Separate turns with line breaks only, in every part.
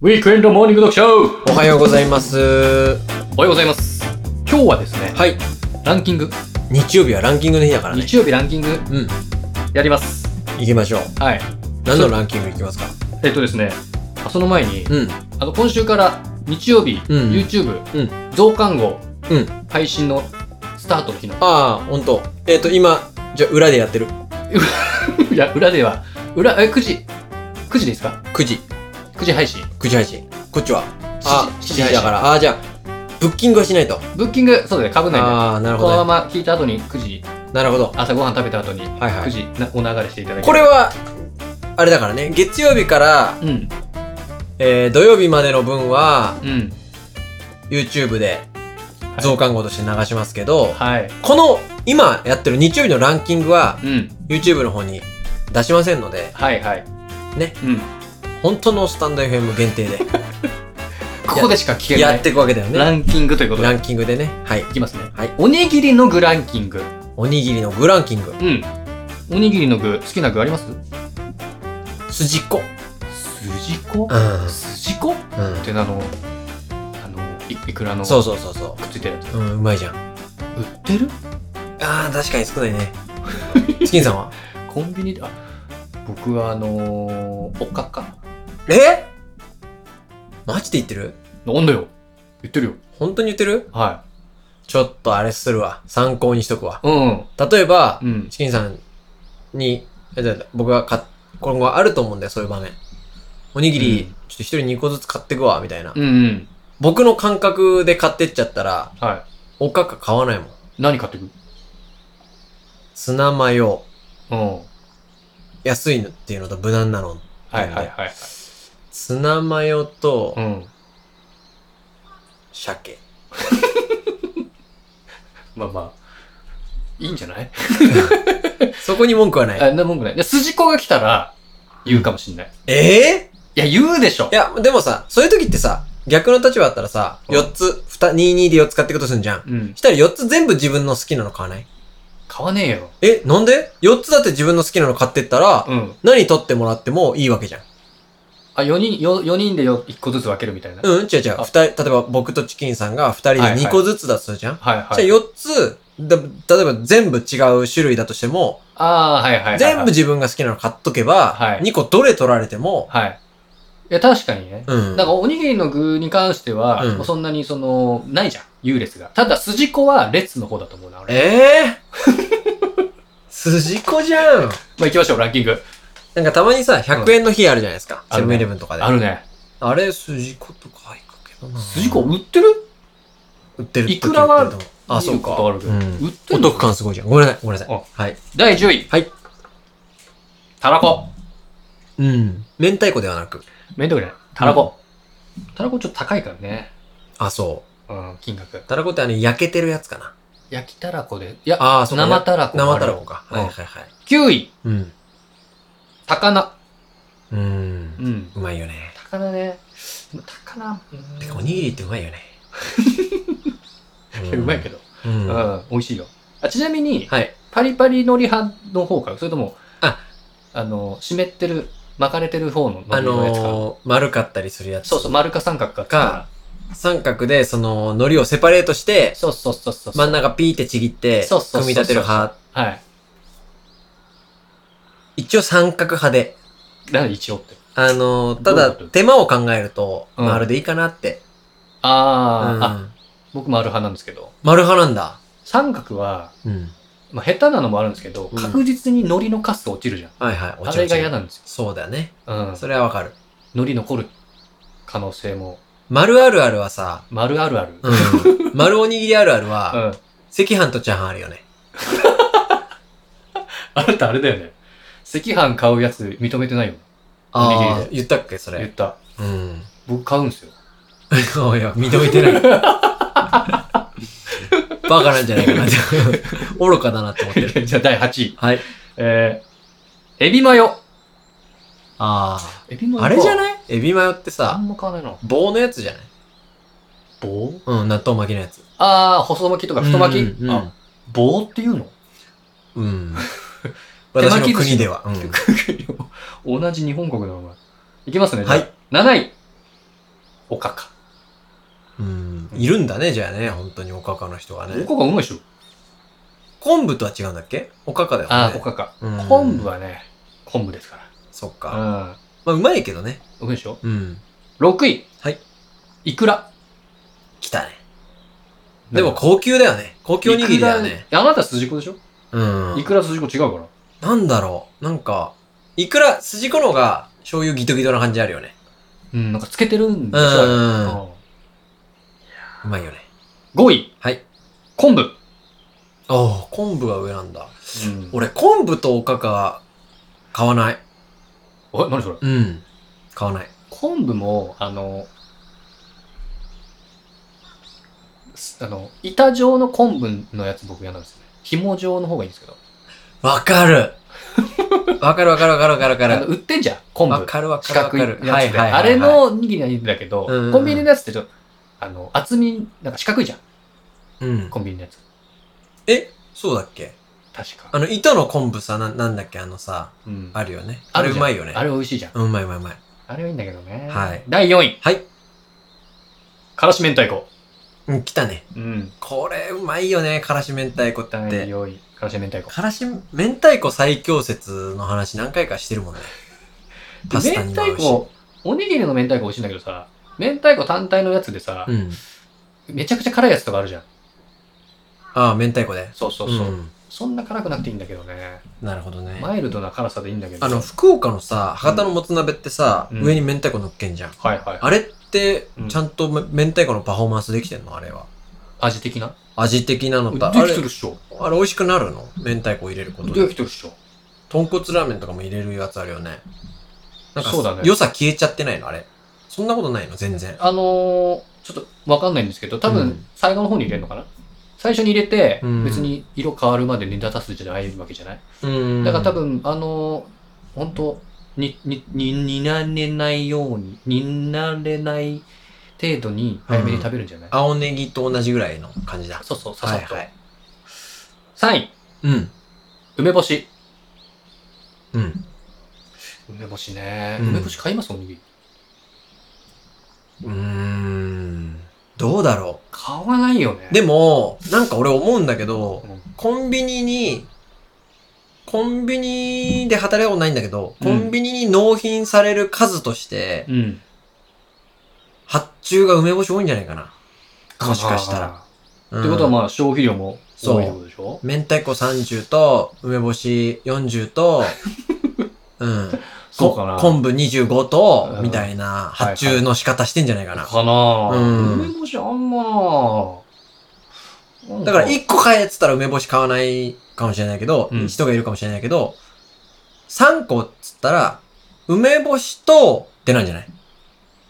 ウィークエンドモーニング読書お
おはようございます。
はようございます。今日はですね、
はい。
ランキング、
日曜日はランキングの日だからね。
日曜日ランキング
うん。
やります。
行きましょう。
はい。
何のランキング行きますか
えっとですね、あその前に、
うん。
あの、今週から日曜日、
うん
YouTube、
う
増刊号、
うん
配信のスタートの日 の、
ああ、ほんと。えっ、と、今、じゃあ裏でやってる。
いや、裏では、裏、え、9時、9時でいいですか
9時。
?9 時配信。
9時配信。こっちはあ、
7
7
時
時だから。ああ、じゃあ、ブッキングはしないと。
ブッキング、そうだね、かぶないで。
ああ、なる
こ
ほ
のま
ど、ね。
ま聞いた後に9時、
なるほど。
朝ごはん食べた後に
はいは
9
い。
時なお流れしていただき
これは、あれだからね。月曜日から、
うん、
えー、土曜日までの分は、
うん。
YouTube で
はい
増刊号として流しますけど、
はい。
この、今やってる日曜日のランキングは、
うん。
YouTube の方に出しませんので、
はいはい。
ね。
うん。
本当のスタンド FM 限定
ここでしか聞け
で
な
や
い
っていくわけだよね。
ランキングということ
ラ
で。
ンキングでね。はい。
いきますね。
はい。
おにぎりの具ランキング。
おにぎりの具ランキング。
うん。おにぎりの具、好きな具あります
筋っこ。
すじこ
う
すじこ
ん。うん
っ。てあの、あの、いいくらの
そ
くっ
うそうそうそ
ついてるやつ。
う。うん、うまいじゃん。
売ってる
あー、確かに少ないね。 チキンさんは
コンビニで、あ、僕はあのー、おかか。
えマジで言ってる
なんだよ。言ってるよ。
本当に言ってる
は
ちょっとあれするわ。参考にしとくわ。
い。うん。
例えば
う、ん。
チキンさんに、えじゃあ僕が買っ、今後はあると思うんだよ、そういう場面。おにぎり、
うん
ちょっと一人二個ずつ買ってくわ、みたいな。
うんうん。
僕の感覚で買ってっちゃったら、
は
おかか買わないもん。
い。何買ってくる
ツナマヨ、
うん。は
安いのっていうのと無難なの。
いはいはいはい。
ツナマヨと
う、ん。
鮭。
まあまあ。いいんじゃない
そこに文句はない。
あ、なもんぐらい。で、筋子が来たら、言うかもしんない。
ええ
いや、言うでしょ
い。や、でもさ、そういう時ってさ、逆の立場だったらさ、
うん
4つ、2、22で4つ買ってくとすんじゃん。
うん。
したら4つ全部自分の好きなの買わない
買わねえよ。
え、なんで ?4 つだって自分の好きなの買ってったら、
うん。
何取ってもらってもいいわけじゃん。
あ、4人、よ四人でよ一個ずつ分けるみたいな。
うん、違う違う。
あ
二人、例えば僕とチキンさんが2人で2個ずつだとするじゃん。
はいはい。
じゃあ4つ、だ例えば全部違う種類だとしても、
ああ、はいはいはいはい。
全部自分が好きなの買っとけば、
はい
2個どれ取られても、
はい。いや、確かにね。
うん。
だから、おにぎりの具に関しては、
うん
もうそんなに、その、ないじゃん。優劣が。ただ、筋子は列の方だと思うな、俺。
えぇ、 筋子じゃん。
まあ、行きましょう、ランキング。
なんかたまにさ、100円の日あるじゃないですか。
うん
セブンイレブンとかで。
あるね。
あれ、筋子とか入くけどな。
筋子売ってる
売ってる時
いくらは
売ってると思うあ、そう
見ること
か。
あるけど
うん
売ってん
お
の
得感すごいじゃん。ごめんなさい、ごめんなさい。
あ
はい。
第10位。
はい。
たらこ。
うん。明太子ではなく。
めんどくない。たらこ。たらこちょっと高いからね。
あ、そう。
うん、金額。
たらこってあの、焼けてるやつかな。
焼きたらこで。いや、
ああ、そうか。
生たらこ。
生たらこか。
うん
はいはいはい。
9位、
うん。
高菜。
うーん。
ん。
うまいよね。
高菜ね。でも高菜。うん
てか、おにぎりってうまいよね。
いやうまいけど。
ど。う。
うん
は
ん、美味しいよ。あちなみに、
い。
パリパリのり派の方かそれとも、
あ、
あの、湿ってる、巻かれてる方の
あ
海苔のやつか。
のー、丸かったりするやつ。
そうそう、丸か三角か。
か三角で、その、海苔をセパレートして、
そうそうそうそう。
真ん中ピーってちぎって、
そうそうそうそう
組み立てる派。
はい。
一応三角派で。
なんで一応って。
あのー、た
どうい
だ、
うこと
手間を考えると、
うん
丸でいいかなって。う
あー、あ、
ん。
僕丸派なんですけど、
丸派なんだ。
三角は、
うん。
まあ、下手なのもあるんですけど、
うん
確実に海苔のカス落ちるじゃん。
はいはい。お
あ
ちお
れ
ち
が嫌なんですよ。
そうだよね。
うん。
それはわかる。
海苔残る可能性も、
丸あるあるはさ、
丸あるある。 うん。
うん。丸おにぎりあるあるは、赤飯とチャーハンあるよね。
あなたあれだよね。赤飯買うやつ認めてないよ。おに
あ
ぎ
あ、言ったっけそ
言っ
れ。
た。
うん。
僕買うんですよ。
おいや、認めてない。 バカなんじゃないかなって。 愚かだなって思ってる。
じゃあ第8位。
はい。
えー、エビマヨ。
あ
エビマ
あ。あれじゃ
い
ないエビマヨって
あ
さ、
んま買わないな。
棒のやつじゃない
棒
うん、納豆巻きのやつ。
あー、細巻きとか太巻き、
うんうん
あ、棒っていうの
うん。
手
私
巻き
の
寿司
国では。うん
同じ日本国だお前。いきますね。
はい。
7位。おかか。
うん。いるんだね、じゃあね、本当におかかの人が
お
ね。
かかうまいでしょ。
昆布とは違うんだっけおかかだよね。
ああ、おかか。
うん
昆布はね、昆布ですか
そっ
ら。
か。
うん。
まあ、うまいけどね。
うまいでしょ
うん。
?6 位。
はい。
いくら。
来たね。でも、高級だよね。高級おにぎりだよね。
いくら。あなた筋子でしょ
うん
い。くら筋子違うから。
なんだろう。なんか、いくら、筋子の方が醤油ギトギトな感じあるよね。
うん、なんかつけてるんで
う
し
ん。
ょあれ
う
う
まいよね。
ん。5位。
はい。
昆布。
ああ、昆布が上なんだ。
うん
俺、昆布とおかか、買わない。
え、何それ
うん。買わない。
昆布も、あの、すあの、板状の昆布のやつ僕嫌なんですよね。紐状の方がいいんですけど。
わかる。わかるわかるわかるわかるわか
あの
る。
売ってんじゃん、昆
わ
布。
かるわ
四
かるわ
角い
か
や
る
つ。で。
はいはいはいはい。
あれのおにぎりはいいんだけど、
うんうん
コンビニのやつってちょっと、あの、厚み、なんか四角いじゃん、
うん。
コンビニのやつ。
え、そうだっけ
確か。
あの、糸の昆布さ、な、なんだっけあのさ、
うん
あるよね。あ
あ
れ
る
う
じゃん
まいよね。
あれ美味しいじゃん。
うんうまいうまいうまい。
あれはいいんだけどね。
はい
第4位。
はい。
からし明太子。
うん、来たね。
うん。
これうまいよね、からし明太子っ
第
て。
4位。からし明太子。
からし、明太子最強説の話何回かしてるもんね。パスタ
明
にも合
太
うし
子、おにぎりの明太子美味しいんだけどさ、明太子単体のやつでさ、
うん。
めちゃくちゃ辛いやつとかあるじゃん。
ああ、明太子で。
そうそうそう。
ん
そんな辛くなくていいんだけどね。
なるほどね。
マイルドな辛さでいいんだけど。
あの、福岡のさ、博多のもつ鍋ってさ、
うん
上に明太子乗っけんじゃん。
はいはい。
あれって
う、ん
ちゃんとめ明太子のパフォーマンスできてんのあれは。
味的な
味的なの
で
と、あ
き
れ
て、るっしょ。
あれ美味しくなるの明太子入れること
で
で。
きてるっしょ。
豚骨ラーメンとかも入れるやつあるよね。なんか、
そうだね
良さ消えちゃってないのあれ。そんなことないの全然。
あのー、ちょっとわかんないんですけど、多
う
分
ん
最後の方に入れるのかな、最初に入れて
うん、
別に色変わるまで煮立たすじゃないわけじゃない、
うん
だから多、分、あのー、本当に、に、に、煮なれないように、煮なれない程度に早めに食べるんじゃない、
青ネギと同じぐらいの感じだ。
そうそう、ささっと。
はいはい
3位、
うん。
梅干し。
うん。
梅干しね。
うん
梅干し買いますおにぎり。
うーん。どうだろ
買わないよね。
う。でも、なんか俺思うんだけど、
うん
コンビニに、コンビニで働いたことないんだけど、
うん
コンビニに納品される数として、
うん。
発注が梅干し多いんじゃないかな。もしかしたら。
ら。ってことは
あ、
まあ消費量も多いってことでしょ
明太子30と、梅干し40と、 うん。
そうかな。
こ昆布25と、
うん
みたいな発注の仕方してんじゃないかな。
かなぁ。
うん
梅干しあんまなぁ。
だから1個買えっつったら梅干し買わないかもしれないけど、
うん
人がいるかもしれないけど、3個っつったら、梅干しと、ってなんじゃない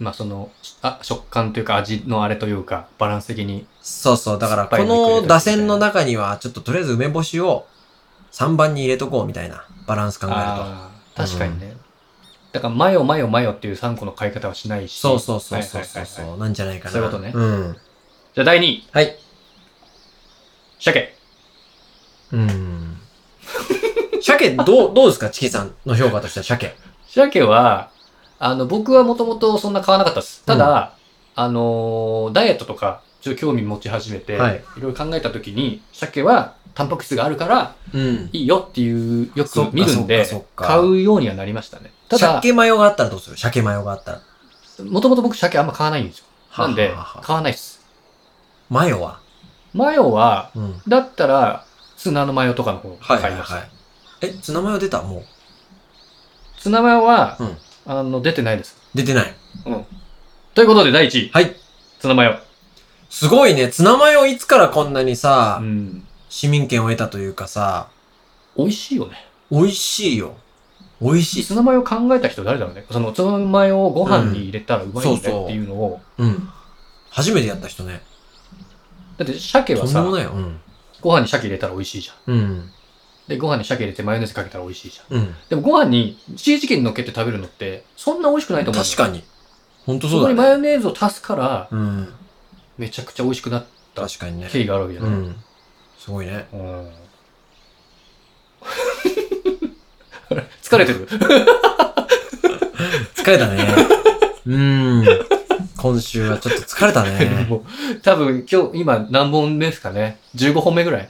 まあその、あ、食感というか味のあれというか、バランス的に。
そうそう。だから、
酸っぱ
こ
いのいくら
の打線の中には、ちょっととりあえず梅干しを3番に入れとこうみたいなバランス考えると。
ああ、確かにね。だから、マヨマヨマヨっていう3個の買い方はしないし。
そうそうそうそう
はいはいはい
そ。
はいう
なんじゃないかな。
そういうことね
うん。
じゃあ第2位。
はい。
鮭。
うん。鮭、どう、どうですかチキさんの評価としては鮭。
鮭は、あの、僕はもともとそんな買わなかったです。ただ、あのーダイエットとか、ちょっと興味持ち始めて、
はい
い、ろいろ考えたときに、鮭はタンパク質があるから
うん。
いいよっていう、よ
そっ
く
か
見るんで
そっかそっ、か
買うようにはなりましたね。ただ、
鮭マヨがあったらどうする鮭マヨがあったら。
もともと僕鮭あんま買わないんですよ。なんで
はは、は
買わないっす。
マヨは
マヨは、
うん。
だったら、ツナのマヨとかの方を
はいは
買
い
いました。
はい。え、ツナマヨ出たもう。
ツナマヨは、
うん
あの、出てないです。
出てない。
ということで、第1位。
はい。
ツナマヨ。
すごいね。ツナマヨいつからこんなにさ、
うん。
市民権を得たというかさ、
美味しいよね。
美味しいよ。美味しい。
ツナマヨ考えた人誰だろうね。そのツナマヨをご飯に入れたらうまい
うん
ん
そう
だ
そう
よっていうのを。
うん。初めてやった人ね。
だって鮭
と
は
んで
さ
も、ないよ。うん。
ご飯に鮭入れたら美味しいじゃん。
うん。
で、ご飯に鮭入れてマヨネーズかけたら美味しいじゃん。
うん。
でもご飯にチーズケに乗っけて食べるのって、そんな美味しくないと思うんだ
確
よ。
かに。ほんと
そ
そ
こ
う
に
だ
マ
ね。
ヨネーズを足すから、
うん。
めちゃくちゃ美味しくなった
確かにね。
経緯があるわけじゃ
う
ない。
ん。すごいね。
うん、 疲れてる。
疲れたね。うん。今週はちょっと疲れたね。
もう多分今日、今何本目ですかね ?15 本目ぐらい。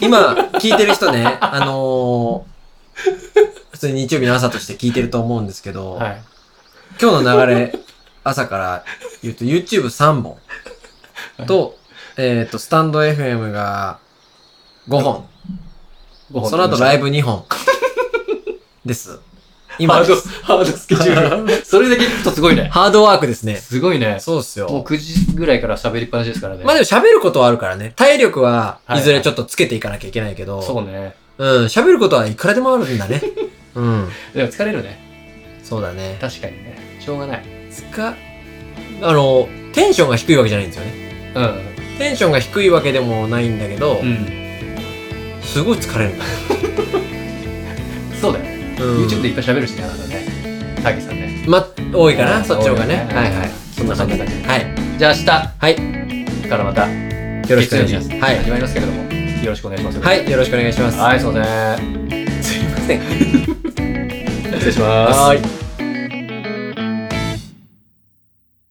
今、聞いてる人ね、あのー、普通に日曜日の朝として聞いてると思うんですけど、
はい。
今日の流れ、朝から言うと YouTube3 本と、えっ、と、スタンド FM が5本。
5本
その後ライ
ブ。
ブ2本。です。
ハ
今
ー
で
ド、
す。
ハードスケジュール。それだけ聞くとすごいね。
ハードワークですね。
すごいね。
そうっす
もう
よ。
9時ぐらいから喋りっぱなしですからね。
まあでも喋ることはあるからね。体力は
はい
いずれちょっとつけていかなきゃいけないけど。
そうね。
うん、喋ることはいくらでもあるんだね。うん。
でも疲れるね。
そうだね。
確かにね。しょうがない。
つか、あの、テンションが低いわけじゃないんですよね。
うん。
テンションが低いわけでもないんだけど、
うん。
すごい疲れるんだ。
そうだよね。
うん
YouTube でいっぱい喋るしね、あなたね。タギさんね。
ま、多いか
あ
な
ー
そっちの方がね。
多いよね
はいはい。そんな感じだね。はい。
じゃあ
はい。
明日からまた、よ
よろしくお願いします。は
始
い。
まりますけれども、よろしくお願いします。
はい。よろしくお 願いします。
はい、そうね。
すいません。
失礼します。
い。